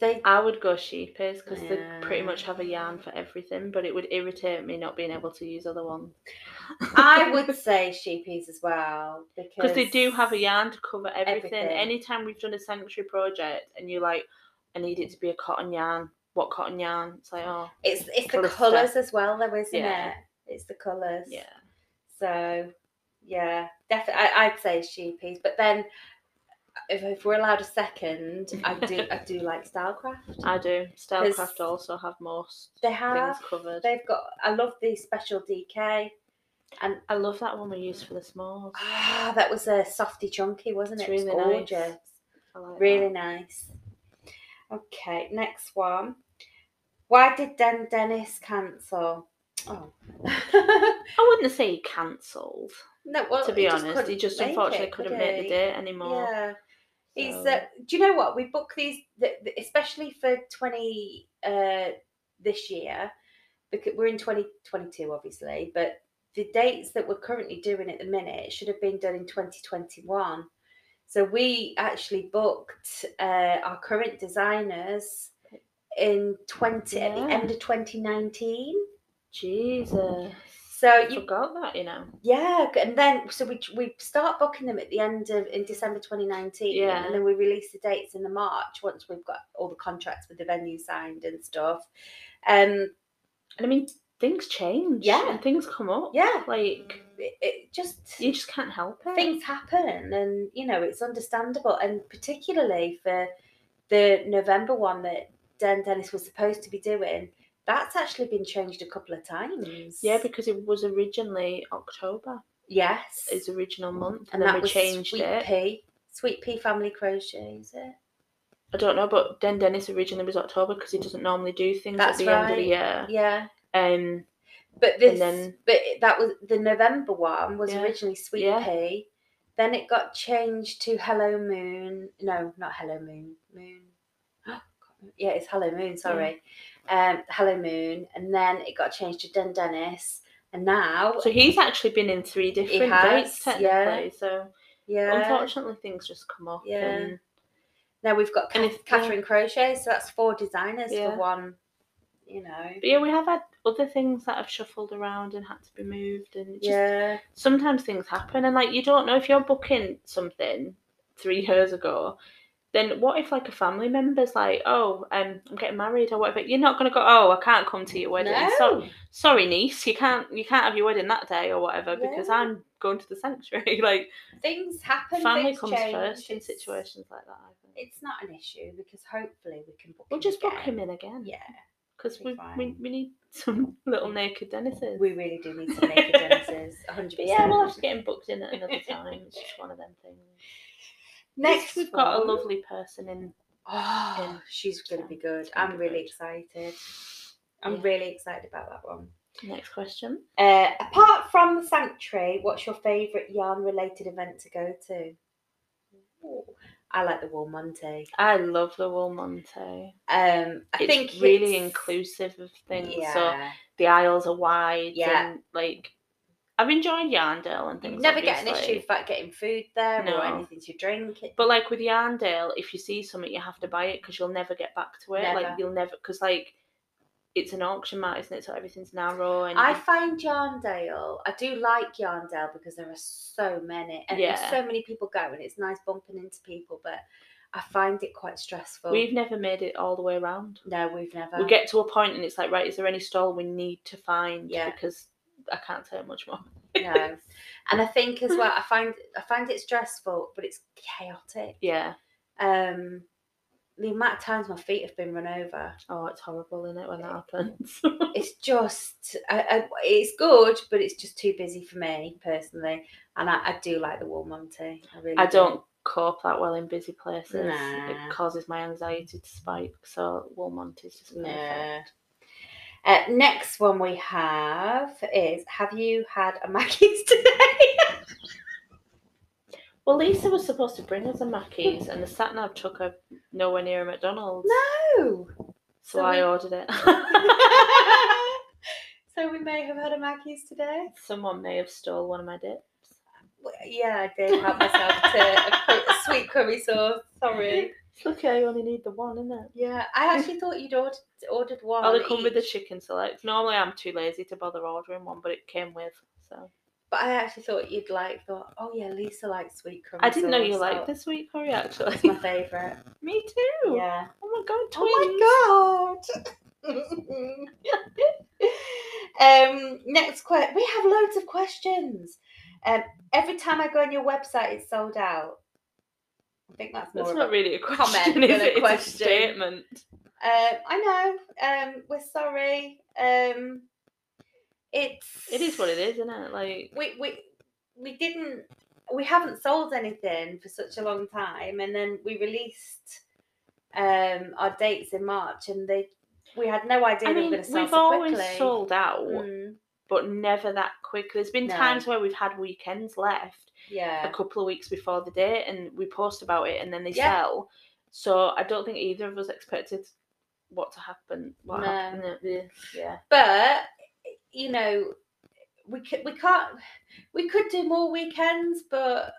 they I would go sheepers because they pretty Yeah. much have a yarn for everything, but it would irritate me not being able to use other ones. I would say sheepies as well because because they do have a yarn to cover everything. Everything. Anytime we've done a sanctuary project and you're like, I need it to be a cotton yarn. What cotton yarn? It's like, oh, It's it's the cluster. colours as well, though, isn't Yeah. it? It's the colours. yeah. So, yeah, definitely. I'd say sheepies, but then uh, if, if we're allowed a second, I do I do like Stylecraft. I do. 'Cause Stylecraft also have most They have things covered. they've got. I love the special DK. I love that one we used for the s'mores. Ah, that was a softy chunky, wasn't It's it? It was really nice. gorgeous. I like Really nice. Okay, next one. Why did Den Dennis cancel? Oh. that. I wouldn't say he cancelled. no, well, to be he honest, he couldn't just make unfortunately it, could couldn't make the he? date anymore. Yeah. He's, So- uh, do you know what? We book these, th- th- especially for 20 uh, this year, because we're in 2022, obviously, but the dates that we're currently doing at the minute should have been done in 2021. So we actually booked uh, our current designers in 20 at the Yeah. end of 2019. Jesus. So I you forgot that, you know. yeah, g- and then so we we start booking them at the end of in December 2019, Yeah. and then we release the dates in the March once we've got all the contracts with the venue signed and stuff. Um, And I mean, things change. Yeah. And things come up. yeah, Like, it, it just you just can't help it. things happen, and you know it's understandable, and particularly for the November one that Dan Dennis was supposed to be doing, that's actually been changed a couple of times. Yeah, because it was originally October, yes, its original month, and, and then that we was changed Sweet it. Pea, Sweet Pea Family Crochet, is it? I don't know, but then Dennis originally was October because he doesn't normally do things That's at the end of the year. Yeah. Um, But this, then- but it- that was the November one was Yeah. originally Sweet Yeah. Pea, then it got changed to Hello Moon. No, not Hello Moon. Moon. Yeah, it's Hello Moon. Sorry, um, Hello Moon, and then it got changed to Den Dennis, and now so he's actually been in three different has, dates yeah. technically. So yeah. unfortunately, things just come up. Yeah. And Now we've got And Cath- if- Catherine Crochet, so that's four designers Yeah. for one. You know. but yeah, we have had other things that have shuffled around and had to be moved, and it just yeah. sometimes things happen and like you don't know if you're booking something three years ago then what if like a family member's like oh um, i'm getting married or whatever you're not going to go oh i can't come to your wedding so, No. sorry niece you can't you can't have your wedding that day or whatever because Yeah. i'm going to the sanctuary like Things happen. family things comes change, first in it's- situations like that I think. It's not an issue because hopefully we can book. we'll him just book again. him in again Yeah, because be we, we, fine. we need some little naked dennises we really do need to make a Genesis 100%. but yeah we'll have to get him booked in at another time it's just one of them things Next, we've got a one. lovely person in Oh, she's going to be good. I'm really excited. I'm Yeah. really excited about that one. Next question. Uh, apart from the sanctuary, what's your favourite yarn related event to go to? Ooh, I like the Wool Monday. I love the Wool Monte. Um, I it's think really it's- inclusive of things. So Yeah. the aisles are wide. Yeah. And, like, I've enjoyed Yarndale and you things. never get an obviously. issue about getting food there No. or anything to drink. It, But like with Yarndale, if you see something, you have to buy it because you'll never get back to it. Like Never. you'll never because like it's an auction mart, isn't it? So everything's narrow and I you- find Yarndale. I do like Yarndale because there are so many and Yeah. there's so many people going. It's nice bumping into people, but I find it quite stressful. we've never made it all the way around. no, we've never. We get to a point and it's like, right, is there any stall we need to find? Yeah. Because I can't say much more. no, and I think as well. I find I find it stressful, but it's chaotic. Yeah. Um, the amount of times my feet have been run over. Oh, it's horrible, isn't it, when that happens? It's just I, I, it's good, but it's just too busy for me personally. And I, I do like the warm Monty. I really. I do. don't cope that well in busy places. Nah. It causes my anxiety to spike. So Walmont is just perfect. Yeah. Uh, next one we have is Have you had a Mackey's today? Well, Lisa was supposed to bring us a Mackey's, and the sat nav took her nowhere near a McDonald's, no. so, so I we- ordered it. so we may have had a Mackey's today. Someone may have stole one of my dips. w- yeah, I did help myself to a, cu- a sweet curry sauce. Sorry. It's okay, you only need the one, isn't it? Yeah, I actually thought you'd ordered, ordered one. I'll Oh, come with the each, chicken select. Normally, I'm too lazy to bother ordering one, but it came with. So But I actually thought you'd like, thought, oh yeah, Lisa likes sweet curry I didn't know you sauce, liked so the sweet curry actually. It's my favourite. Me too. yeah. Oh my god, twins. Oh my god. um, next question. We have loads of questions. Um, every time I go on your website, it's sold out. I think that's more. That's of not a- really a comment question, than is a it? It's a question. statement. Um, I know. Um, we're sorry. Um, it's. It is what it is, isn't it? Like, We we we didn't. We haven't sold anything for such a long time, and then we released um our dates in March, and they we had no idea I they were mean, going to sell we've so always quickly. sold out, Mm, but never that quick. There's been No. times where we've had weekends left a yeah. couple of weeks before the date, and we post about it, and then they Yeah. sell. So I don't think either of us expected what to happen. What No. happened? at the- Yeah. But you know, we could we can't we could do more weekends, but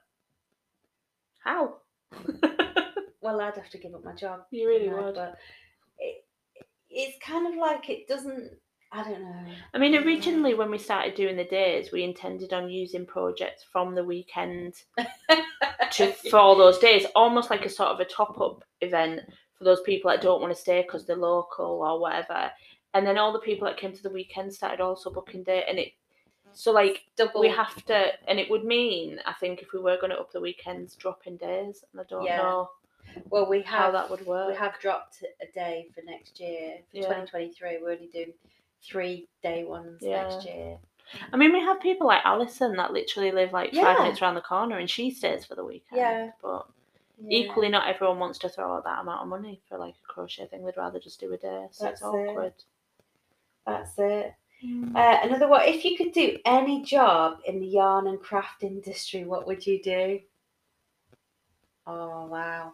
How? well, I'd have to give up my job. you really know, would. But it, it's kind of like it doesn't. I don't know. I mean, Yeah. originally when we started doing the days, we intended on using projects from the weekend to for those days, almost like a sort of a top up event for those people that don't want to stay because they're local or whatever. And then all the people that came to the weekend started also booking date, and it so like double. we have to, and it would mean I think if we were going to up the weekends, dropping days, and I don't Yeah. know well, we how have that would work. we have dropped a day for next year for Yeah. 2023. We're only doing three day ones next year. I mean, we have people like Alison that literally live like five Yeah. minutes around the corner, and she stays for the weekend. Yeah. but. Yeah. Equally, not everyone wants to throw out that amount of money for like a crochet thing. They'd rather just do a day, so That's it's it. awkward. that's it. Uh, another one. If you could do any job in the yarn and craft industry, what would you do? Oh wow!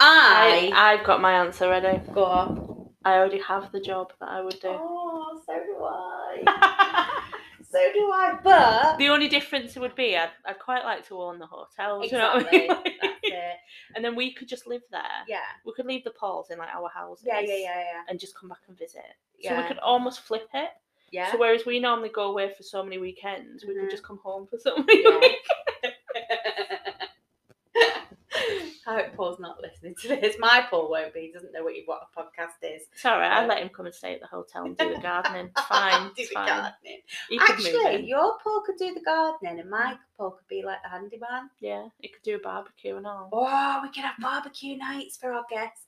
I, I, I've got my answer ready. go on. I already have the job that I would do. Oh, so do I. Oh. so do I. But the only difference would be I'd, I'd quite like to own the hotel. do you know what I Exactly. mean? That's it. and then we could just live there. Yeah. We could leave the Pauls in like our houses. Yeah, yeah, yeah, yeah. And just come back and visit. So we Yeah. could almost flip it. Yeah. So whereas we normally go away for so many weekends, we Mhm. could just come home for so many Yeah. weekends. I hope Paul's not listening to this. My Paul won't be. He doesn't know what you, what a podcast is. It's all right. I Yeah. let him come and stay at the hotel and do the gardening. It's fine. Do It's the fine. gardening. He could move in. Actually, your Paul could do the gardening, and my Paul could be like the handyman. Yeah, it could do a barbecue and all. Oh, we could have barbecue nights for our guests.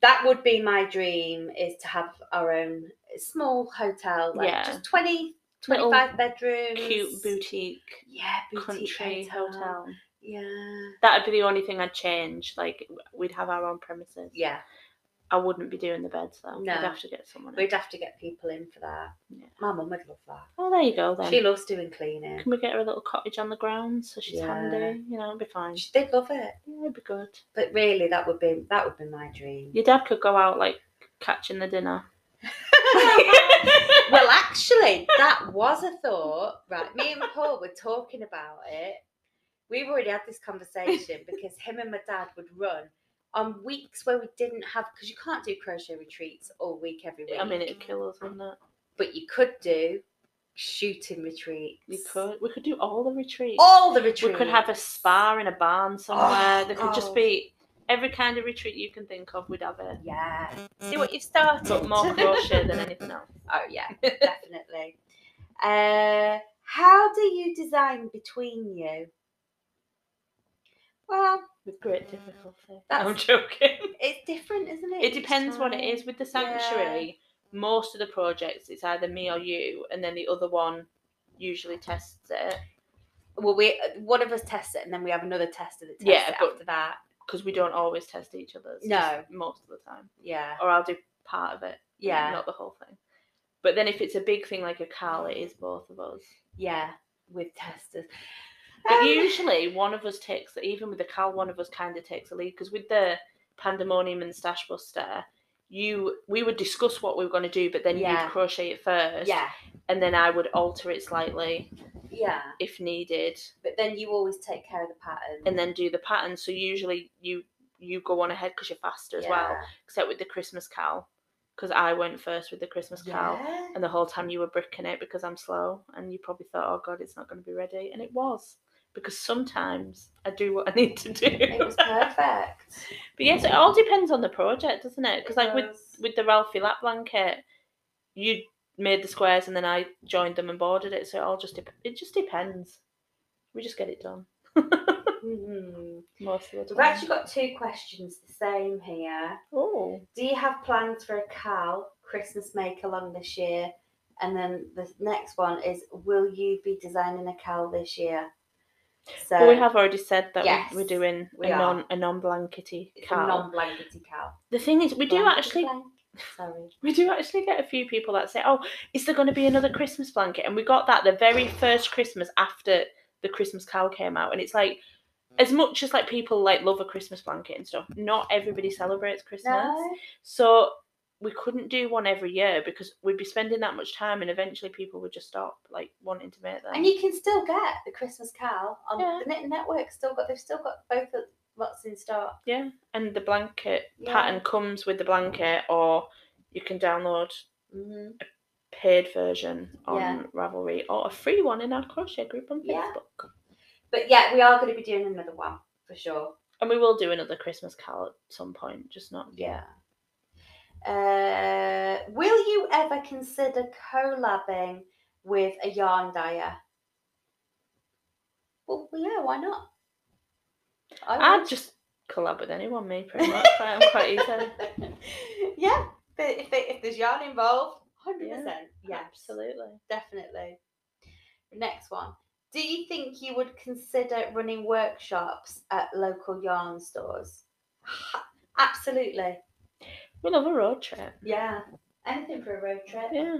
That would be my dream is to have our own small hotel, like Yeah. just 20, Little 25 bedrooms. Cute boutique, Yeah, boutique country hotel. Yeah. That'd be the only thing I'd change. Like we'd have our own premises. Yeah. I I wouldn't be doing the beds though. No. We'd have to get someone. In. We'd have to get people in for that. Yeah. My mum would love that. Oh, there you go then. She loves doing cleaning. Can we get her a little cottage on the ground so she's Yeah. handy? You know, it'd be fine. She did love it. Yeah, it'd be good. But really that would be that would be my dream. Your dad could go out like catching the dinner. well actually that was a thought. Right, me and Paul were talking about it. We've already had this conversation because him and my dad would run on weeks where we didn't have because you can't do crochet retreats all week every week. I mean, it'd kill us, wouldn't it? but you could do shooting retreats. We could. We could do all the retreats. all the retreats. We could have a spa in a barn somewhere. there could oh. just be every kind of retreat you can think of. We'd have it. Yeah. See what you've started. But more crochet than anything else. Oh yeah, definitely. Uh, how do you design between you? Well, With great difficulty. That's- I'm joking. it's different, isn't it? It each depends what it time? is. With the sanctuary, most of the projects it's either me or you, and then the other one usually tests it Well, we one of us tests it, and then we have another tester that tests Yeah, it but- after that. because we don't always test each other's. No. just most of the time, Yeah, or I'll do part of it. and Oh, Yeah. not the whole thing. But then if it's a big thing like a car, it is both of us. yeah, with testers. But Um, usually one of us takes the even with the cal, one of us kind of takes the lead because with the pandemonium and the stash buster, you we would discuss what we were going to do, but then Yeah. you'd crochet it first, yeah, and then I would alter it slightly, Yeah. if needed, But then you always take care of the pattern. and then do the pattern. So usually you you go on ahead because you're faster as well, except with the Christmas cow, because I went first with the Christmas cow, Yeah. and the whole time you were bricking it because I'm slow, and you probably thought, oh god, it's not going to be ready, and it was. Because sometimes I do what I need to do. It was perfect. But yes, it all depends on the project, doesn't it? Because like with was- with the Ralphie lap blanket, you made the squares and then I joined them and bordered it. So it all just dep it just depends. We just get it done Mhm. most of the We've time. actually got two questions the same here. oh, Do you have plans for a Cal Christmas make along this year? And then the next one is Will you be designing a Cal this year? So but we have already said that we- yes, we're doing we a are. non a non blankety it's a cow. non blankety Cal. the thing is, we do Blank, actually blank. Sorry. we do actually get a few people that say, "Oh, is there going to be another Christmas blanket?" And we got that the very first Christmas after the Christmas cow came out, and it's like. As much as like people like love a Christmas blanket and stuff, not everybody celebrates Christmas. No. So we couldn't do one every year because we'd be spending that much time and eventually people would just stop like wanting to make them. And you can still get the Christmas Cal on Yeah. the net network. Still got they've still got both of lots in stock. yeah. And the blanket Yeah. pattern comes with the blanket or you can download hmm paid version on Yeah. Ravelry or a free one in our crochet group on Facebook. Yeah. But yeah, we are going to be doing another one for sure. And we will do another Christmas cal at some point, just not Yeah. Uh, will you ever consider collabing with a yarn dyer? Well, yeah, why not? I I'd just collab with anyone, me pretty much. I'm quite easy. would. yeah, but if, they, if there's yarn involved, 100%. yeah Absolutely. definitely. Next one. Do you think you would consider running workshops at local yarn stores? Absolutely. We love a road trip. Yeah. Anything for a road trip. Yeah.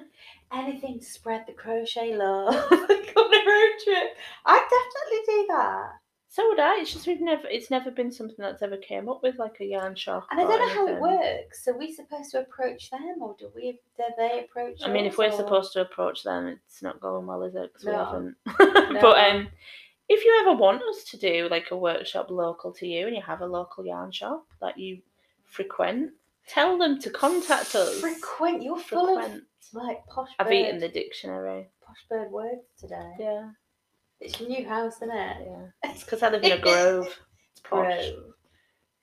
Anything to spread the crochet love on a road trip. I'd definitely do that. So would I. It's just we've never. It's never been something that's ever came up with like a yarn shop. And I or don't know how it anything. works. Are we supposed to approach them or do we do they approach I mean, if us, we're or- supposed to approach them, it's not going well, is it? 'Cause No. we haven't. No. But um, if you ever want us to do like a workshop local to you, and you have a local yarn shop that you frequent, tell them to contact us. Frequent you're full Frequent. of like posh I've bird, eaten the dictionary. posh bird words today. Yeah, It's your new house, isn't it? yeah. It's because I live in a grove. It's posh.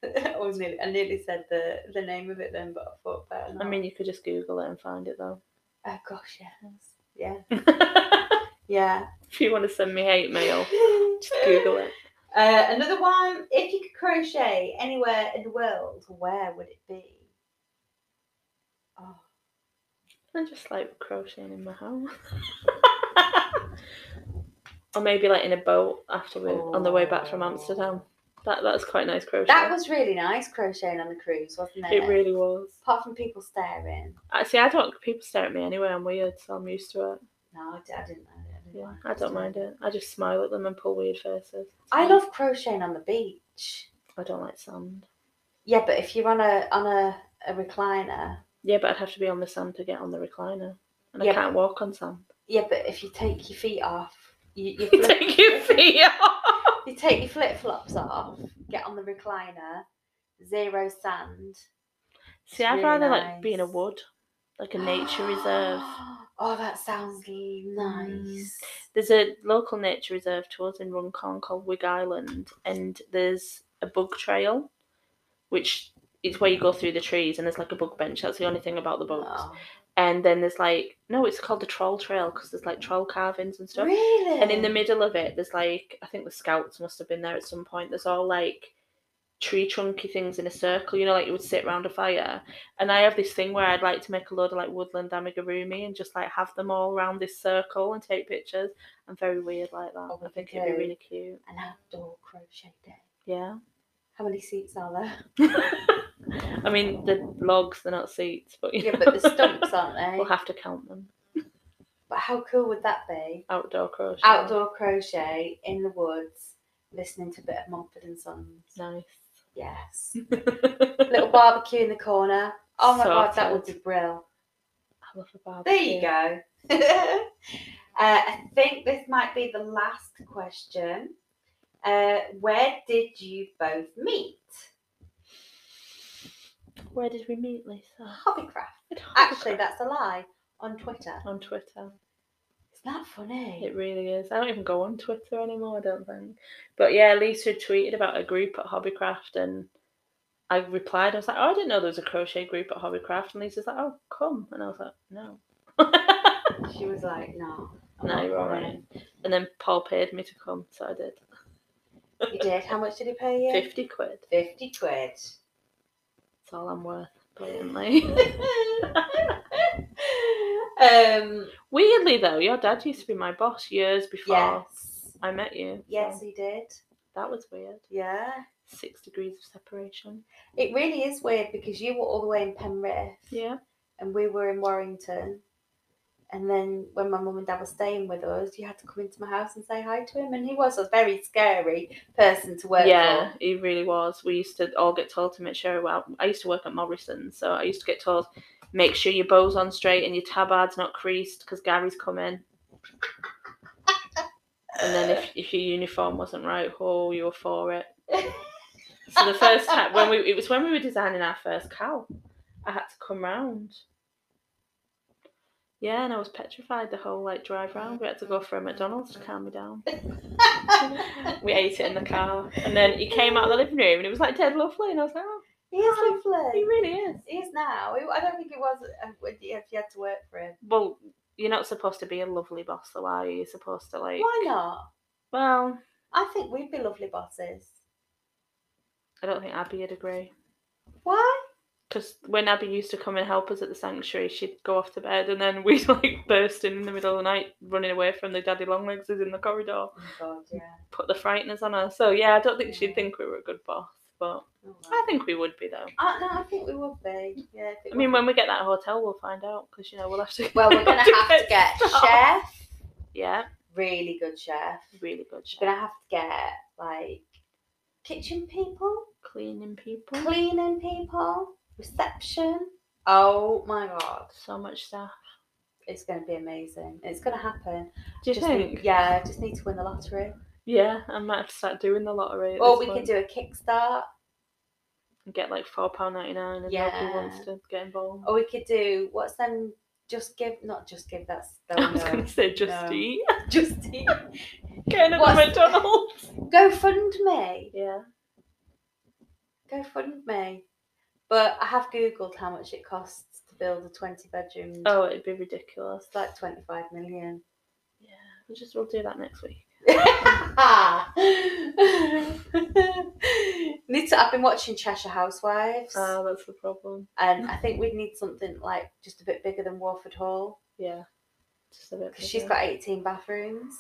Grove. I was nearly, I nearly said the, the name of it then, but I thought better not. I mean, you could just Google it and find it though. oh gosh, yes, yeah, if yeah. you want to send me hate mail, just Google it. Uh, another one. If you could crochet anywhere in the world, where would it be? Oh, I just like crocheting in my house. or maybe like in a boat afterward on the way back from Oh. Amsterdam. That that's quite nice crochet. that was really nice crocheting on the cruise, wasn't it? it really was. Apart from people staring. I see I don't people stare at me anyway, I'm weird, so I'm used to it. No, I, d- I didn't. I didn't, Yeah. like I don't mind it. I just smile at them and pull weird faces. I love crocheting on the beach. I don't like sand. Yeah, but if you're on a on a, a recliner, Yeah, but I'd have to be on the sand to get on the recliner. And Yeah. I can't walk on sand. Yeah, but if you take your feet off, you, you, flip, Take your feet off. you take your flip flops off, get on the recliner, zero sand. See, I'd really rather like be in a nice. wood. Like a nature reserve. Mm. Oh, that sounds nice. there's a local nature reserve to us in Runcorn called Wig Island, and there's a bug trail, which it's where you go through the trees, and there's like a bug bench. That's the only thing about the bugs. Oh, And then there's like no, it's called the troll trail because there's like troll carvings and stuff. really? And in the middle of it, there's like I think the scouts must have been there at some point. There's all like tree trunky things in a circle, you know, like you would sit round a fire. And I have this thing where I'd like to make a load of like woodland amigurumi and just like have them all round this circle and take pictures. I'm very weird like that. Oh, I think you it'd do. be really cute. An outdoor crochet day. Yeah. How many seats are there? I mean the logs, they're not seats, but you Yeah, know. but the stumps aren't they? We'll have to count them. But how cool would that be? Outdoor crochet. Outdoor crochet in the woods, listening to a bit of Mumford and Sons. Nice. Yes. little barbecue in the corner. Oh my So god, that would be good. brill. I love a barbecue. There you go. uh, I think this might be the last question. Uh, where did you both meet? Where did we meet, Lisa? Hobbycraft. Actually, that's a lie. On Twitter. on Twitter. Isn't that funny? It really is. I don't even go on Twitter anymore, I don't think. But yeah, Lisa tweeted about a group at Hobbycraft and I replied, I was like, Oh, I didn't know there was a crochet group at Hobbycraft and Lisa's like, Oh, come and I was like, No. She was like, no. I'm no, not you're all coming." right. And then Paul paid me to come, so I did. You did. How much did he pay you? Fifty quid. 50 quid. That's all I'm worth, apparently. um, Weirdly though, your dad used to be my boss years before yes. I met you. so Yes, he did. that was weird. Yeah. Six degrees of separation. It really is weird because you were all the way in Penrith Yeah. and we were in Warrington. And then when my mum and dad were staying with us, you had to come into my house and say hi to him. And he was a very scary person to work yeah, for. he really was. We used to all get told to make sure. Well, I used to work at Morrison, so I used to get told make sure your bow's on straight and your tabard's not creased because Gary's coming. And then if, if your uniform wasn't right, oh, you were for it. So the first time when we it was when we were designing our first cow, I had to come round. Yeah, and I was petrified the whole like drive round. We had to go for a McDonald's to calm me down. We ate it in the car, and then he came out of the living room, and it was like dead lovely, and I was like, "Oh, he is he lovely. really is." He is now. I don't think it was uh, if you had to work for him. Well, you're not supposed to be a lovely boss, though, are you? You're supposed to like. Why not? Well, I think we'd be lovely bosses. I don't think Abby would agree, Why? because when Abby used to come and help us at the sanctuary, she'd go off to bed, and then we'd like burst in in the middle of the night, running away from the daddy longlegs who's in the corridor, Oh, God, yeah. put the frighteners on her. So yeah, I don't think she'd Yeah. think we were a good boss, but Oh, wow. I think we would be though. Uh, no, I think we would be. Yeah. if it I mean, was- when we get that hotel, we'll find out, because you know we'll have to. well, we're gonna have to get staff. chef, Yeah, really good chef. really good. Chef. We're gonna have to get like kitchen people, cleaning people. cleaning people, reception. Oh my god, So much stuff. it's gonna be amazing. It's gonna happen. Do you just think? Need, yeah, just need to win the lottery, Yeah, I might have to start doing the lottery. At or this we point. could do a kickstart, and get like four pound ninety nine, and yeah. Yeah. Oh, nobody wants to get involved. or we could do what's them. Just give, not just give. That's the I was gonna say just no. eat. just Get another What's- McDonald's. go fund me. Yeah. GoFundMe. But I have googled how much it costs to build a 20 bedroom. Oh, it'd be ridiculous. It's like 25 million. Yeah, we just we'll do that next week. need to, I've been watching Cheshire Housewives, Ah, that's the problem. and I think we'd need something like just a bit bigger than Warford Hall Yeah, just a bit. because she's bigger. got 18 bathrooms.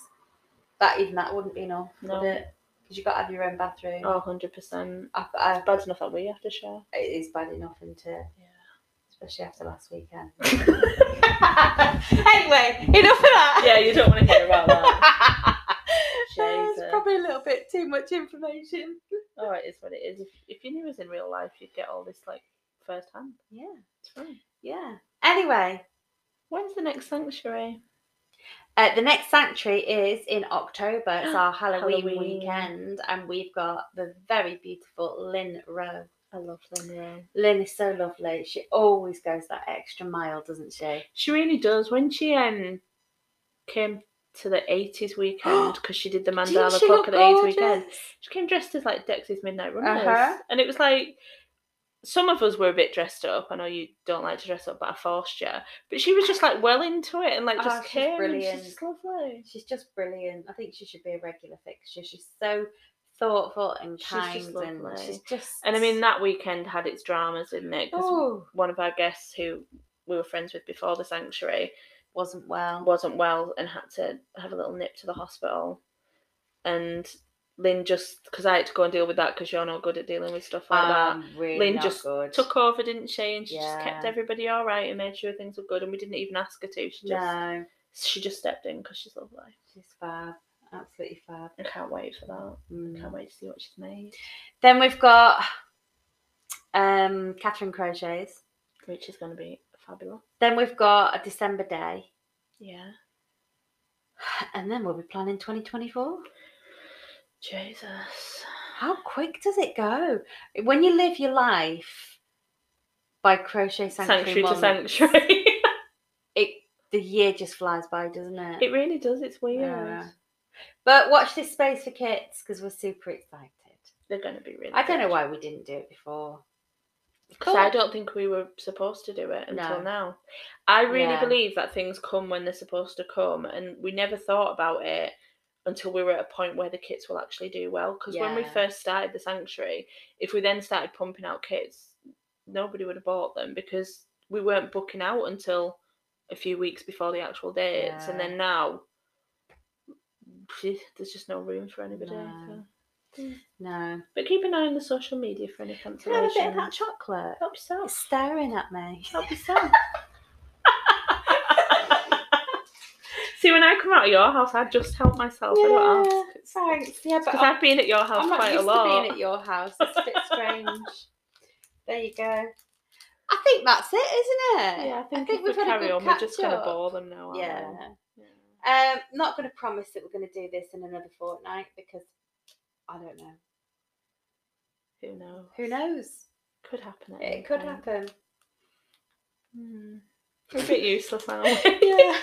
That even that wouldn't be enough, No. would it? Because you've got to have your own bathroom. Oh, 100 percent. I, I, Bad enough that we have to share. it is bad enough, isn't it? Yeah. Especially after last weekend. anyway, enough of that. Yeah, you don't want to hear about that. That's Jesus. probably a little bit too much information. oh, it is what it is. If, if you knew us in real life, you'd get all this like first hand. Yeah, It's fine. yeah. Anyway, When's the next sanctuary? uh, the next sanctuary is in October. It's our Halloween, Halloween. weekend, and we've got the very beautiful Lynn Rowe. I love them. Yeah. Lynn is so lovely. She always goes that extra mile, doesn't she? She really does. When she um came to the eighties weekend because she did the Didn't mandala she clock look at the eighties gorgeous? weekend, she came dressed as like Dexy's Midnight Runners, Uh-huh. and it was like some of us were a bit dressed up. I know you don't like to dress up, but I forced you. But she was just like well into it and like Oh, just she's came. and brilliant. She's just lovely. She's just brilliant. I think she should be a regular fixture. She's so thoughtful and She's just kind, and lovely. she's just. And I mean that weekend had its dramas, didn't it? 'Cause oh, one of our guests who we were friends with before the sanctuary wasn't well. wasn't well and had to have a little nip to the hospital. And Lynn just, because I had to go and deal with that because you're not good at dealing with stuff like Um, really Lynn not just good. that, took over, didn't she? And she just kept Yeah. everybody all right and made sure things were good. And we didn't even ask her to. She just, No, she just stepped in because she's lovely. she's fab, absolutely fab. I can't wait for that. Mm. Can't wait to see what she's made. Then we've got um Catherine Crochets. Which is going to be Fabulous. Then we've got a December day, Yeah. and then we'll be planning 2024. Jesus. How quick does it go? When you live your life by crochet sanctuary, Sanctuary to moments, sanctuary. it the year just flies by, doesn't it? it really does. It's weird. Yeah. But watch this space for kids because we're super excited. They're going to be really. I don't know good. why we didn't do it before. 'Cause I don't think we were supposed to do it until No. now. I really Yeah. believe that things come when they're supposed to come, and we never thought about it until we were at a point where the kits will actually do well. Because when we Yeah. first started the sanctuary, if we then started pumping out kits, nobody would have bought them because we weren't booking out until a few weeks before the actual dates, and Yeah. then now there's just no room for anybody. No. so- No. But keep an eye on the social media for any Can I have a bit of that cancellations. chocolate? Help yourself. It's staring at me. Help yourself. See, when I come out of your house, I just help myself. I don't Yeah, ask. Thanks. Yeah, but Because I'm, I've been at your house I'm not quite a used to lot. being at your house. It's a bit strange. there you go. I think that's it, isn't it? yeah, I think, think if we we've had a carry good on, we're just going to catch-up. bore them now. aren't we? Yeah. Yeah. Um, not going to promise that we're going to do this in another fortnight because I don't know. Who knows? Who knows? Could happen. at any It could point. happen. Hmm. We're a bit useless, aren't we? yeah.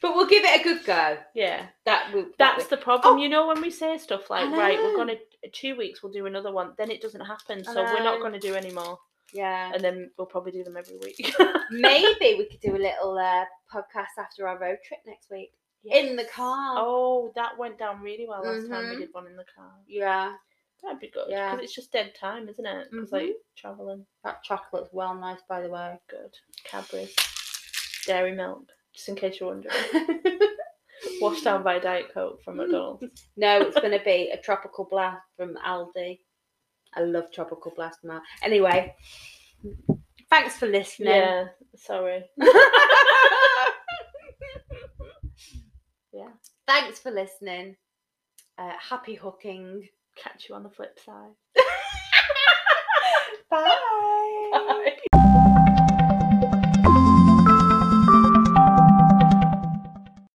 but we'll give it a good go. Yeah. That will. That's the problem. You know, when we say stuff like, right, we're Oh! know. going to, two weeks, we'll do another one, then it doesn't happen. I So we're not know. going to do any more. yeah. And then we'll probably do them every week. Maybe we could do a little uh, podcast after our road trip next week in the Yes. car. Oh, that went down really well last time we Mhm. did one in the car. Yeah, That'd be good because Yeah. Mm-hmm. it's just dead time, isn't it? Because like traveling, that chocolate's well nice, by the way. good Cadbury's, dairy milk. Just in case you're wondering, washed down by Diet Coke from Mm. McDonald's. No, it's going to be a tropical blast from Aldi. I love tropical blast from Aldi. Anyway, thanks for listening. Yeah, sorry. Yeah, thanks for listening. Uh, happy hooking. catch you on the flip side. Bye.